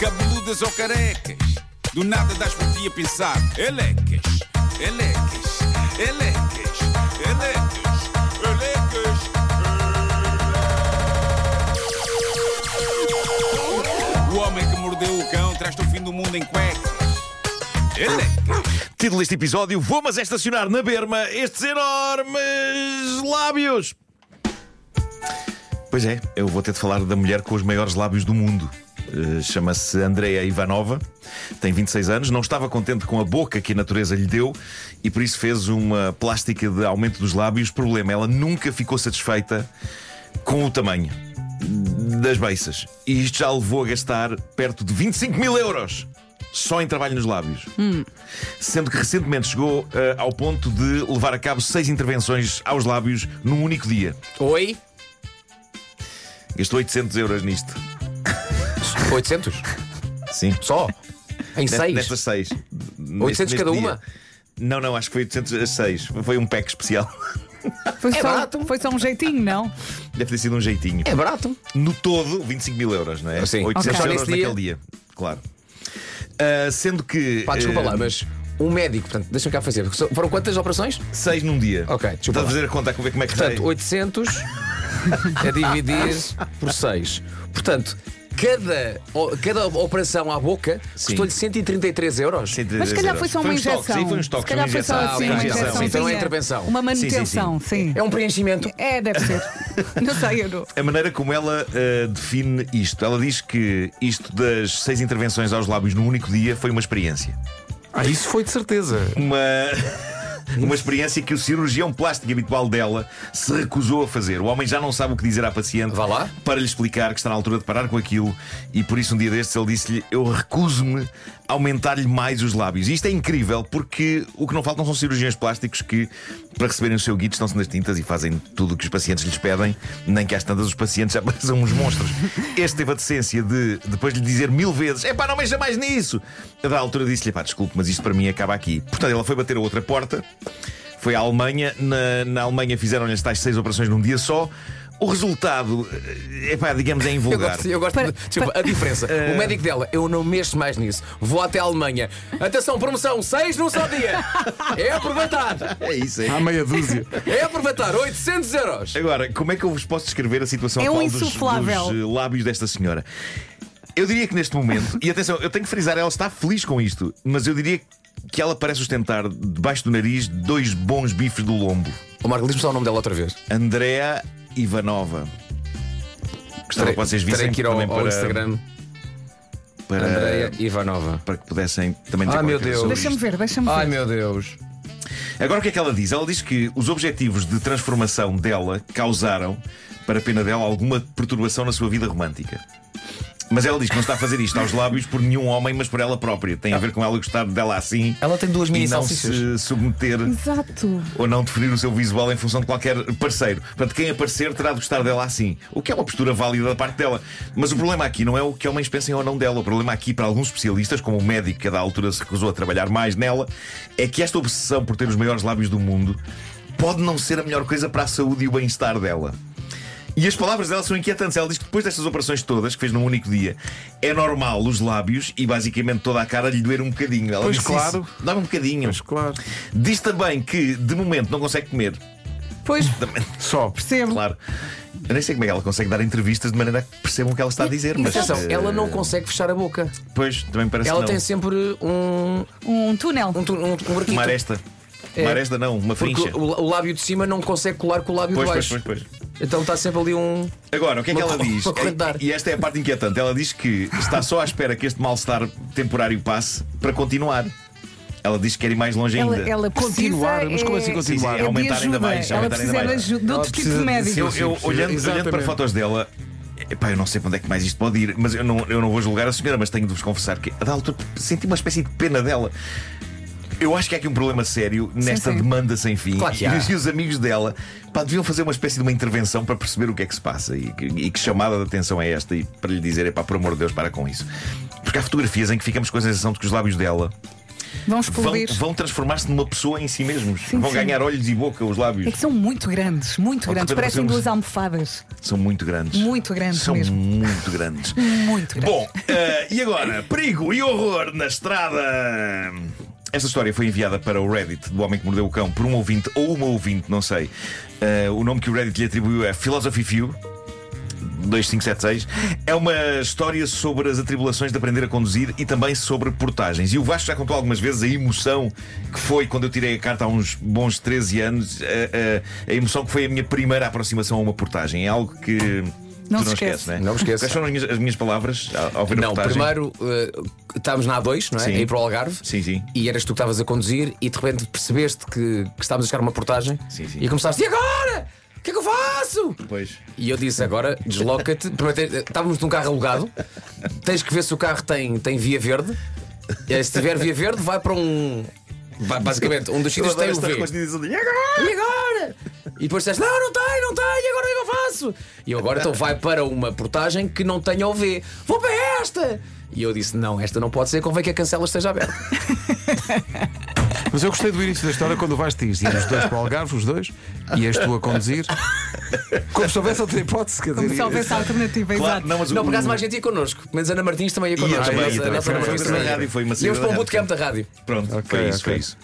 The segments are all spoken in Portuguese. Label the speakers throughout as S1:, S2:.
S1: cabeludas ou carecas. Do nada das por ti a pensar. Elecas, elecas, elecas, elecas, elecas. O homem que mordeu o cão traz-te o fim do mundo em cuecas. Elecas.
S2: Título deste episódio: Vou, mas é estacionar na berma estes enormes lábios. Pois é, eu vou ter de falar da mulher com os maiores lábios do mundo. Eh, Chama-se Andreia Ivanova, tem 26 anos, não estava contente com a boca que a natureza lhe deu e por isso fez uma plástica de aumento dos lábios. Problema, ela nunca ficou satisfeita com o tamanho das beiças. E isto já a levou a gastar perto de 25 mil euros só em trabalho nos lábios. Sendo que recentemente chegou eh, ao ponto de levar a cabo seis intervenções aos lábios num único dia.
S3: Oi?
S2: Gastou 800 euros nisto.
S3: 800?
S2: Sim.
S3: Só? Em
S2: Nest-
S3: 6?
S2: Nestas seis. Neste-
S3: 800 cada
S2: dia.
S3: uma?
S2: Não, não, acho que foi 800 a 6. Foi um pack especial.
S4: Foi,
S3: barato.
S4: só, foi só um jeitinho, não?
S2: Deve ter sido um jeitinho.
S3: É barato.
S2: No todo, 25 mil euros, não é?
S3: Ah, sim.
S2: 800
S3: Ok.
S2: euros
S3: Só nesse
S2: naquele dia. Claro. Ah, sendo que.
S3: Pá, desculpa
S2: eh,
S3: lá, mas um médico, portanto, deixa-me cá fazer. So- Foram quantas operações?
S2: Seis num dia.
S3: Ok, desculpa
S2: Estás a
S3: lá.
S2: fazer a conta, como é como é que
S3: Portanto,
S2: sai?
S3: 800 a dividir por 6. Portanto, cada, o- cada operação à boca
S2: Sim.
S3: custou-lhe 133 euros.
S2: Cento e
S4: Mas se
S2: dez
S4: calhar
S2: euros.
S4: foi só
S2: um
S4: uma
S2: estoque,
S4: injeção.
S2: Sim, foi um estoque.
S4: se calhar foi só
S3: injeção.
S4: assim,
S3: Ah,
S4: uma
S3: ok,
S4: injeção.
S3: sim. Então é
S4: sim,
S3: intervenção.
S4: Uma
S2: sim, sim.
S4: manutenção, sim.
S3: É um preenchimento.
S4: É, deve ser. não sei, eu não.
S2: A maneira como ela uh, define isto. Ela diz que isto das seis intervenções aos lábios num único dia foi uma experiência.
S5: Ah, isso foi de certeza.
S2: Uma. Uma experiência que o cirurgião plástico habitual dela se recusou a fazer. O homem já não sabe o que dizer à paciente
S3: Vá lá.
S2: para lhe explicar que está na altura de parar com aquilo e por isso um dia destes ele disse-lhe: Eu recuso-me a aumentar-lhe mais os lábios. E isto é incrível porque o que não faltam são cirurgiões plásticos que, para receberem o seu guito, estão-se nas tintas e fazem tudo o que os pacientes lhes pedem, nem que às tantas os pacientes já parecem uns monstros. Este teve a decência de, depois de lhe dizer mil vezes: É pá, não mexa mais nisso. A da altura disse-lhe: Pá, desculpe, mas isto para mim acaba aqui. Portanto, ela foi bater a outra porta. Foi à Alemanha. Na, na Alemanha fizeram-lhe as tais seis operações num dia só. O resultado, é pá, digamos, é
S3: Eu
S2: invulgar.
S3: gosto, eu gosto
S4: Para-
S3: de, desculpa, a diferença. O médico dela, eu não mexo mais nisso. Vou até a Alemanha. Atenção, promoção, 6 num só dia. É aproveitar.
S2: É isso, é.
S3: Ah,
S5: Há meia dúzia.
S3: É aproveitar. 800 euros.
S2: Agora, como é que eu vos posso descrever a situação
S4: É um
S2: atual dos,
S4: insuflável.
S2: dos, eh, lábios desta senhora? Eu diria que neste momento, e atenção, eu tenho que frisar, ela está feliz com isto, mas eu diria que ela parece ostentar debaixo do nariz dois bons bifes do lombo.
S3: Ô Marco, diz-me só o nome dela outra vez.
S2: Andrea Ivanova. Gostava
S3: Terei-
S2: que vocês
S3: terei
S2: vissem
S3: que ir ao,
S2: também
S3: ao
S2: para,
S3: Instagram.
S2: para,
S3: Andreia Ivanova.
S2: para que pudessem também dizer
S3: Ah, meu
S2: qualquer coisa
S3: Deus.
S2: sobre
S4: Deixa-me
S2: isto.
S4: ver, deixa-me ver.
S3: Ai meu Deus.
S2: Agora o que é que ela diz? Ela diz que os objetivos de transformação dela causaram, para a pena dela, alguma perturbação na sua vida romântica. Mas ela diz que não está a fazer isto aos lábios por nenhum homem, mas por ela própria. Tem a ver com ela gostar dela assim.
S3: Ela tem duas mini
S2: e não se
S3: salsichas.
S2: submeter
S4: Exato.
S2: ou não definir o seu visual em função de qualquer parceiro. Portanto, quem aparecer terá de gostar dela assim. O que é uma postura válida da parte dela. Mas o problema aqui não é o que homens pensem ou não dela. O problema aqui, para alguns especialistas, como o médico que a da altura se recusou a trabalhar mais nela, é que esta obsessão por ter os maiores lábios do mundo pode não ser a melhor coisa para a saúde e o bem-estar dela. E as palavras dela são inquietantes. Ela diz que depois destas operações todas, que fez num único dia, é normal os lábios e basicamente toda a cara lhe doer um bocadinho. Ela
S5: Pois
S2: disse
S5: claro.
S2: isso. Dá-me um bocadinho.
S5: Mas claro.
S2: Diz também que, de momento, não consegue comer.
S4: Pois
S5: Só.
S4: percebo.
S2: Claro. Eu nem sei como é que ela consegue dar entrevistas de maneira que percebam o que ela está a dizer, mas.
S3: Atenção,
S2: eh,
S3: ela não consegue fechar a boca.
S2: Pois, também parece
S3: Ela
S2: que
S3: tem
S2: não.
S3: sempre um.
S4: Um túnel.
S3: um, tu- um, um buraquito.
S2: Uma aresta. Uma aresta não, uma
S3: É. Porque
S2: frincha.
S3: o, o lábio de cima não consegue colar com o lábio
S2: Pois,
S3: de
S2: pois,
S3: baixo.
S2: pois, pois.
S3: Então está sempre ali um.
S2: Agora, o que é que
S3: Uma
S2: ela
S3: co-
S2: diz?
S3: uma corrente de ar.
S2: E esta é a parte inquietante. Ela diz que está só à espera que este mal-estar temporário passe para continuar. Ela diz que quer ir mais longe
S4: Ela,
S2: ainda.
S4: ela precisa
S5: Continuar, mas como assim
S4: é-
S5: continuar?
S4: é de
S2: Aumentar ainda
S4: ajuda.
S2: mais,
S4: Ela
S2: aumentar ainda
S4: precisa de
S2: mais.
S4: ajuda de outro tipo de
S5: precisa de-
S4: médico.
S2: Eu,
S5: Sim,
S2: eu olhando,
S5: sim,
S2: olhando para
S5: exatamente.
S2: fotos dela, epá, eu não sei para onde é que mais isto pode ir, mas eu não, eu não vou julgar a senhora, mas tenho de vos confessar que a da altura senti uma espécie de pena dela. Eu acho que há aqui um problema sério nesta
S4: sim.
S2: demanda sem fim.
S3: Claro que
S2: e,
S3: há.
S2: os, e os amigos dela pá, deviam fazer uma espécie de uma intervenção para perceber o que é que se passa e que, e que chamada de atenção é esta e para lhe dizer, epá, por amor de Deus, para com isso. Porque há fotografias em que ficamos com a sensação de que os lábios dela vão,
S4: Vão explodir.
S2: vão transformar-se numa pessoa em si mesmos.
S4: Sim,
S2: vão
S4: sim.
S2: ganhar olhos e boca, os lábios.
S4: É que são muito grandes, muito
S2: Ou de
S4: grandes.
S2: repente
S4: Parecem
S2: nós vemos-
S4: duas almofadas.
S2: São muito grandes.
S4: Muito grandes
S2: São
S4: mesmo.
S2: muito grandes.
S4: Muito grandes.
S2: Bom, eh, e agora? Perigo e horror na estrada. Esta história foi enviada para o Reddit do Homem que Mordeu o Cão por um ouvinte ou uma ouvinte, não sei. Eh, o nome que o Reddit lhe atribuiu é Philosophy Few. 2576 É uma história sobre as atribulações de aprender a conduzir E também sobre portagens E o Vasco já contou algumas vezes a emoção Que foi quando eu tirei a carta há uns bons 13 anos eh, A, a- a emoção que foi a minha primeira aproximação a uma portagem É algo que
S4: Não
S2: tu
S4: se
S2: não
S4: esquece.
S2: esqueces, né?
S3: Não me esqueço.
S2: Quais foram as minhas, as minhas palavras ao, ao ver a
S3: Não,
S2: portagem?
S3: primeiro eh, estávamos na A2, não é?
S2: tá, Sim.
S3: A ir para o Algarve.
S2: Sim, sim.
S3: E eras tu que estavas a conduzir e de repente percebeste que, que estávamos a chegar a uma portagem
S2: Sim, sim.
S3: e começaste, e agora? O que é que eu faço?
S2: Pois.
S3: E eu disse, agora desloca-te. Primeiro, te- Estávamos num carro alugado, tens que ver se o carro tem, tem via verde. Eh, Se tiver via verde, vai para um. ba- Basicamente, um dos sítios
S2: adoro
S3: tem o
S2: esta
S3: V.
S2: resposta de- assim, Agora!
S3: E agora? E depois disseste, não, não tem, não tem, e agora o que é que eu faço? E eu agora então vai para uma portagem que não tenha OV. Vou para esta! E eu disse, não, esta não pode ser, convém que a cancela esteja aberta.
S5: Mas eu gostei do início da história quando o Vasco diz: íamos os dois para o Algarve, os dois, e és tu a conduzir. Como se houvesse outra hipótese, quer dizer.
S4: Como se houvesse alternativa, exato.
S2: Claro, não, mas o-
S3: Não, por acaso mais gente ia connosco. Pelo menos a Ana Martins também ia connosco.
S2: também,
S3: A nossa-
S2: ia também.
S3: a nossa
S2: Foi
S3: Ana
S2: uma
S3: Martins
S2: coisa da
S3: também ia.
S2: rádio, foi uma saída
S3: Íamos para um
S2: da
S3: bootcamp da rádio.
S2: Pronto,
S5: Ok,
S2: foi isso,
S5: ok.
S2: foi isso.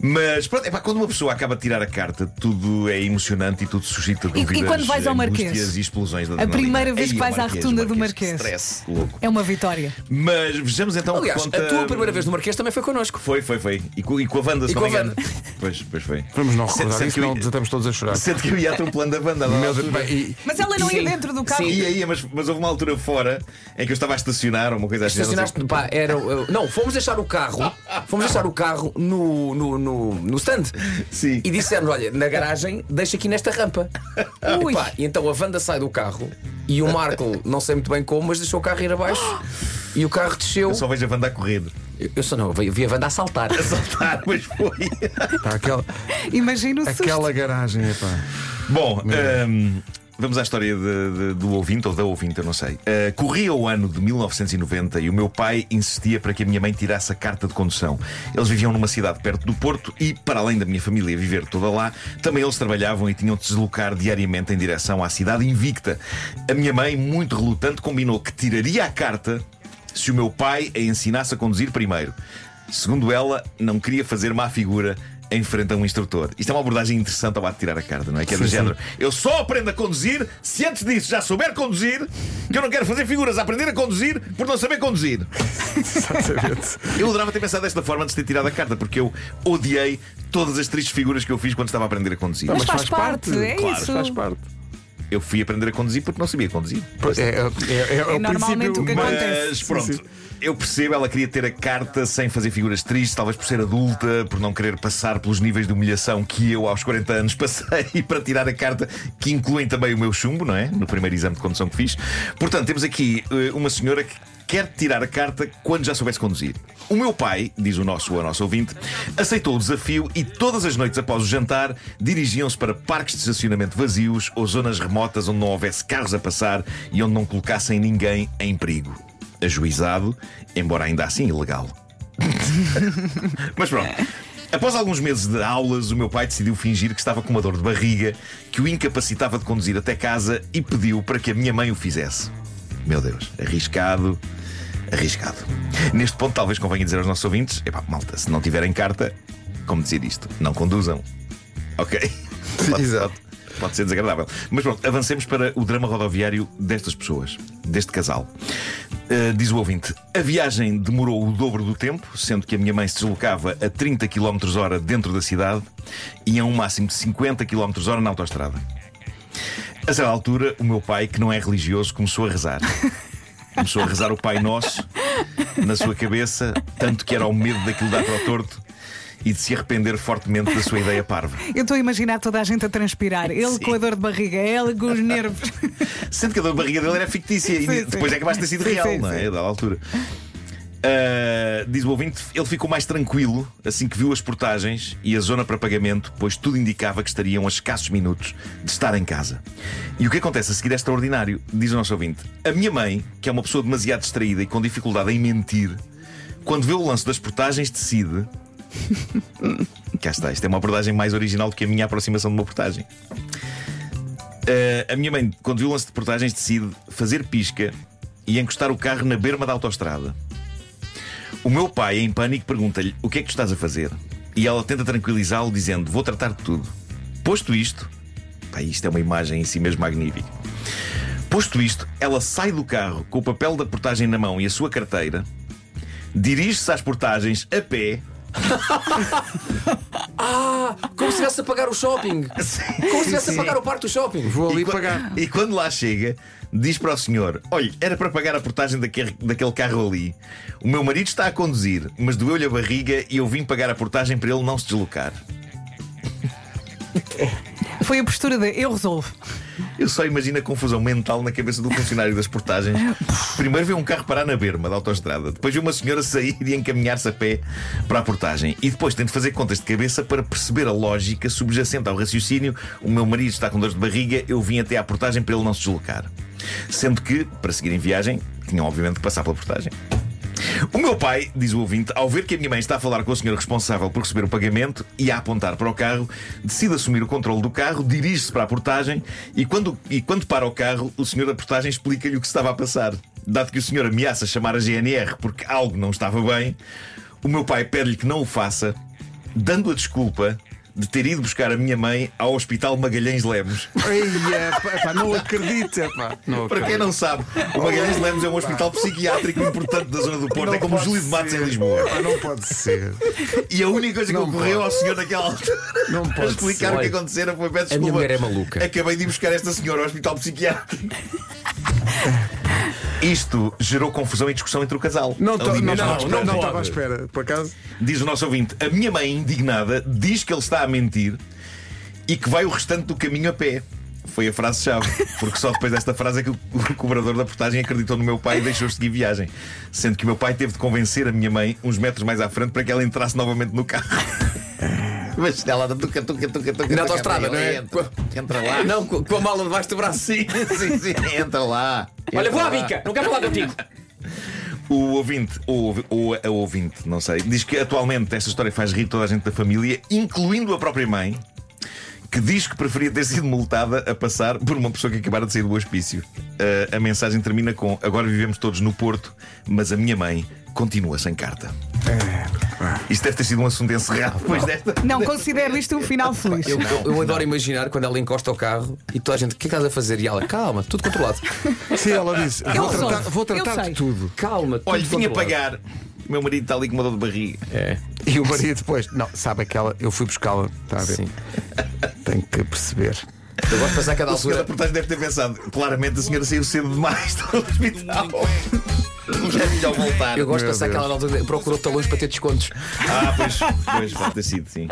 S2: Mas pronto, epá, quando uma pessoa acaba de tirar a carta, tudo é emocionante e tudo suscita
S4: e
S2: dúvidas.
S4: quando vais ao Marquês?
S2: angústias e explosões da
S4: A primeira vez que vais à rotunda do Marquês.
S2: Stress, louco.
S4: É uma vitória.
S2: Mas vejamos então o que
S3: Aliás,
S2: conta-
S3: a tua primeira vez no Marquês também foi connosco.
S2: Foi, foi, foi. E com, e com a Wanda, se
S3: E
S2: não
S3: com
S2: me
S3: a
S2: engano.
S3: Wanda.
S2: Pois, pois foi.
S5: Vamos não
S2: Sente-
S5: recordar
S2: sente
S5: isso,
S2: que eu
S5: não
S2: ia-
S5: estamos todos a chorar.
S2: Sente que eu ia atropelando a Wanda.
S5: Meu Deus, bem, e-
S4: Mas ela não ia
S3: Sim.
S4: dentro do carro.
S3: Sim.
S2: Ia, ia, mas, mas houve uma altura fora em que eu estava a estacionar ou uma coisa assim.
S3: Estacionaste, pá, era. eu- Não, fomos deixar o carro. Fomos deixar o carro no, no, no, no stand.
S2: Sim.
S3: E disseram: olha, na garagem, deixa aqui nesta rampa.
S4: Ui.
S3: E, pá, e então a Wanda sai do carro e o Marco, não sei muito bem como, mas deixou o carro ir abaixo. E o carro desceu.
S2: Eu só vejo a Wanda a correr.
S3: Eu, eu só não, eu vi vi a Wanda a saltar.
S2: A saltar, mas foi.
S5: pá, aquela,
S4: Imagina o susto.
S5: aquela garagem, epá.
S2: Bom, ahm, vamos à história de- de- do ouvinte ou da ouvinte, eu não sei. Ah, corria o ano de 1990 e o meu pai insistia para que a minha mãe tirasse a carta de condução. Eles viviam numa cidade perto do Porto e, para além da minha família viver toda lá, também eles trabalhavam e tinham de se deslocar diariamente em direção à cidade invicta. A minha mãe, muito relutante, combinou que tiraria a carta se o meu pai a ensinasse a conduzir primeiro. Segundo ela, não queria fazer má figura em frente a um instrutor. Isto é uma abordagem interessante ao bate tirar a carta, não é? Que é do
S5: Sim, sim.
S2: género. Eu só aprendo a conduzir se antes disso já souber conduzir, que eu não quero fazer figuras a aprender a conduzir por não saber conduzir.
S5: Exatamente.
S2: Eu adorava ter pensado desta forma antes de ter tirado a carta, porque eu odiei todas as tristes figuras que eu fiz quando estava a aprender a conduzir.
S4: Mas faz parte, é
S5: claro,
S4: isso.
S5: faz parte.
S2: Eu fui aprender a conduzir porque não sabia conduzir. Eh,
S5: É, é, é, é o
S4: normalmente
S5: princípio
S4: o que
S5: humano.
S2: Mas
S4: acontece.
S2: pronto,
S5: Sim, sim.
S2: eu percebo, ela queria ter a carta sem fazer figuras tristes, talvez por ser adulta, por não querer passar pelos níveis de humilhação que eu aos 40 anos passei para tirar a carta, que incluem também o meu chumbo, não é? No primeiro exame de condução que fiz. Portanto, temos aqui eh, uma senhora que quer tirar a carta quando já soubesse conduzir. O meu pai, diz o nosso ou a nossa ouvinte, aceitou o desafio e todas as noites após o jantar dirigiam-se para parques de estacionamento vazios ou zonas remotas onde não houvesse carros a passar e onde não colocassem ninguém em perigo ajuizado, embora ainda assim ilegal. Mas pronto. Após alguns meses de aulas, o meu pai decidiu fingir que estava com uma dor de barriga que o incapacitava de conduzir até casa e pediu para que a minha mãe o fizesse. Meu Deus, arriscado, arriscado. Neste ponto, talvez convenha dizer aos nossos ouvintes: epá, malta, se não tiverem carta, como dizer isto? Não conduzam. Ok? Pode-
S5: Exato.
S2: pode- Pode ser desagradável. Mas pronto, avancemos para o drama rodoviário destas pessoas, deste casal. Uh, diz o ouvinte: a viagem demorou o dobro do tempo, sendo que a minha mãe se deslocava a 30 km h dentro da cidade e a um máximo de 50 km h na autoestrada. A certa altura, o meu pai, que não é religioso, começou a rezar. Começou a rezar o Pai Nosso na sua cabeça, tanto que era o medo daquilo dar para o torto e de se arrepender fortemente da sua ideia parva.
S4: Eu estou a imaginar toda a gente a transpirar. Ele
S2: Sim.
S4: com a dor de barriga, ela com os nervos.
S2: Sendo que a dor de barriga dele era fictícia
S4: Sim,
S2: e
S4: sim.
S2: depois é que basta ter sido
S4: Sim,
S2: real,
S4: sim,
S2: não é?
S4: sim.
S2: A dada altura. Ah, diz o ouvinte, ele ficou mais tranquilo assim que viu as portagens e a zona para pagamento, pois tudo indicava que estariam a escassos minutos de estar em casa. E o que acontece a seguir é extraordinário, diz o nosso ouvinte. A minha mãe, que é uma pessoa demasiado distraída e com dificuldade em mentir, Quando vê o lance das portagens, decide. Cá está, isto é uma abordagem mais original do que a minha aproximação de uma portagem. Ah, a minha mãe, quando viu o lance de portagens, decide fazer pisca e encostar o carro na berma da autostrada. O meu pai, em pânico, pergunta-lhe o que é que tu estás a fazer? E ela tenta tranquilizá-lo, dizendo: Vou tratar de tudo. Posto isto, pá, isto é uma imagem em si mesmo magnífica. Posto isto, ela sai do carro com o papel da portagem na mão e a sua carteira, dirige-se às portagens a pé.
S3: Ah, Como se estivesse a pagar o shopping. Como se estivesse a pagar o parque do shopping.
S5: Vou ali
S2: qua-
S5: pagar.
S2: e quando lá chega, diz para o senhor: Olha, era para pagar a portagem daquele, daquele carro ali. O meu marido está a conduzir, mas doeu-lhe a barriga e eu vim pagar a portagem para ele não se deslocar.
S4: Foi a postura de eu resolvo.
S2: Eu só imagino a confusão mental na cabeça do funcionário das portagens. Primeiro vê um carro parar na berma da autoestrada, depois vê uma senhora sair e encaminhar-se a pé para a portagem. E depois tem de fazer contas de cabeça para perceber a lógica subjacente ao raciocínio. O meu marido está com dor de barriga, eu vim até à portagem para ele não se deslocar. Sendo que, para seguir em viagem, tinham obviamente que passar pela portagem. O meu pai, diz o ouvinte, ao ver que a minha mãe está a falar com o senhor responsável por receber o pagamento e a apontar para o carro, decide assumir o controle do carro, dirige-se para a portagem e quando, e quando para o carro, o senhor da portagem explica-lhe o que se estava a passar. Dado que o senhor ameaça chamar a GNR porque algo não estava bem, o meu pai pede-lhe que não o faça, dando a desculpa de ter ido buscar a minha mãe ao Hospital Magalhães Lemos.
S5: Eia, é, pá, pá, não acredita, pá. Não
S2: Para quem
S5: acredito.
S2: não sabe, o Magalhães Lemos é um hospital psiquiátrico importante da zona do Porto, é como o
S5: pode
S2: Júlio de Matos em
S5: ser.
S2: Lisboa.
S5: Pá, Não pode ser.
S2: E a única coisa que
S5: Não
S2: ocorreu
S5: pode.
S2: ao senhor naquela altura
S5: Não
S2: para
S5: pode
S2: explicar
S5: ser.
S2: o que
S3: Olha,
S2: acontecera foi peço desculpa.
S3: a minha mulher é maluca."
S2: Acabei de ir buscar esta senhora ao hospital psiquiátrico. Isto gerou confusão e discussão entre o casal.
S5: Não,
S2: Ali
S5: to- não,
S2: mesmo à
S5: não,
S2: distância.
S5: não, não estava à espera, por acaso.
S2: Diz o nosso ouvinte: a minha mãe, indignada, diz que ele está a mentir e que vai o restante do caminho a pé. Foi a frase-chave, porque só depois desta frase é que o o cobrador da portagem acreditou no meu pai e deixou seguir viagem. Sendo que o meu pai teve de convencer a minha mãe, uns metros mais à frente, para que ela entrasse novamente no carro. Mas ela anda tuca, tuca, tuca, tuca.
S3: Na
S2: tuca,
S3: autoestrada, não é?
S2: Entra, entra lá.
S3: Não, com com a mala debaixo do braço.
S2: Sim, sim, sim, entra lá.
S3: Olha,
S2: Entra
S3: vou à
S2: lá.
S3: bica, não quero falar contigo.
S2: O ouvinte, ou ouvi- ou a ouvinte, não sei, diz que atualmente esta história faz rir toda a gente da família, incluindo a própria mãe, que diz que preferia ter sido multada a passar por uma pessoa que acabara de sair do hospício. Ah, a mensagem termina com: Agora vivemos todos no Porto, mas a minha mãe continua sem carta. Isto deve ter sido um assunto encerrado depois desta.
S4: Não considero isto um final feliz.
S3: Eu, eu- eu adoro imaginar quando ela encosta ao carro e toda a gente, o que é que estás a fazer? E ela, calma, tudo controlado.
S5: Sim, ela disse: vou
S4: resolvo,
S5: tratar, vou
S4: eu
S5: tratar
S4: sei.
S5: de tudo.
S3: Calma, tudo
S2: Olha, vim a
S3: controlado.
S2: pagar. O meu marido está ali com uma dor de barriga.
S3: É.
S5: E o marido depois, não, sabe aquela, eu fui buscá-la, está a ver?
S3: Sim.
S5: Tenho que perceber.
S3: Eu gosto de pensar que a cada
S2: A senhora
S3: altura.
S2: portagem deve ter pensado: claramente a senhora saiu cedo demais do hospital. Já é melhor voltar.
S3: Eu gosto de
S5: Meu
S3: pensar que ela na altura procurou talões para ter descontos.
S2: Ah, pois, pois, pode ter sido, sim.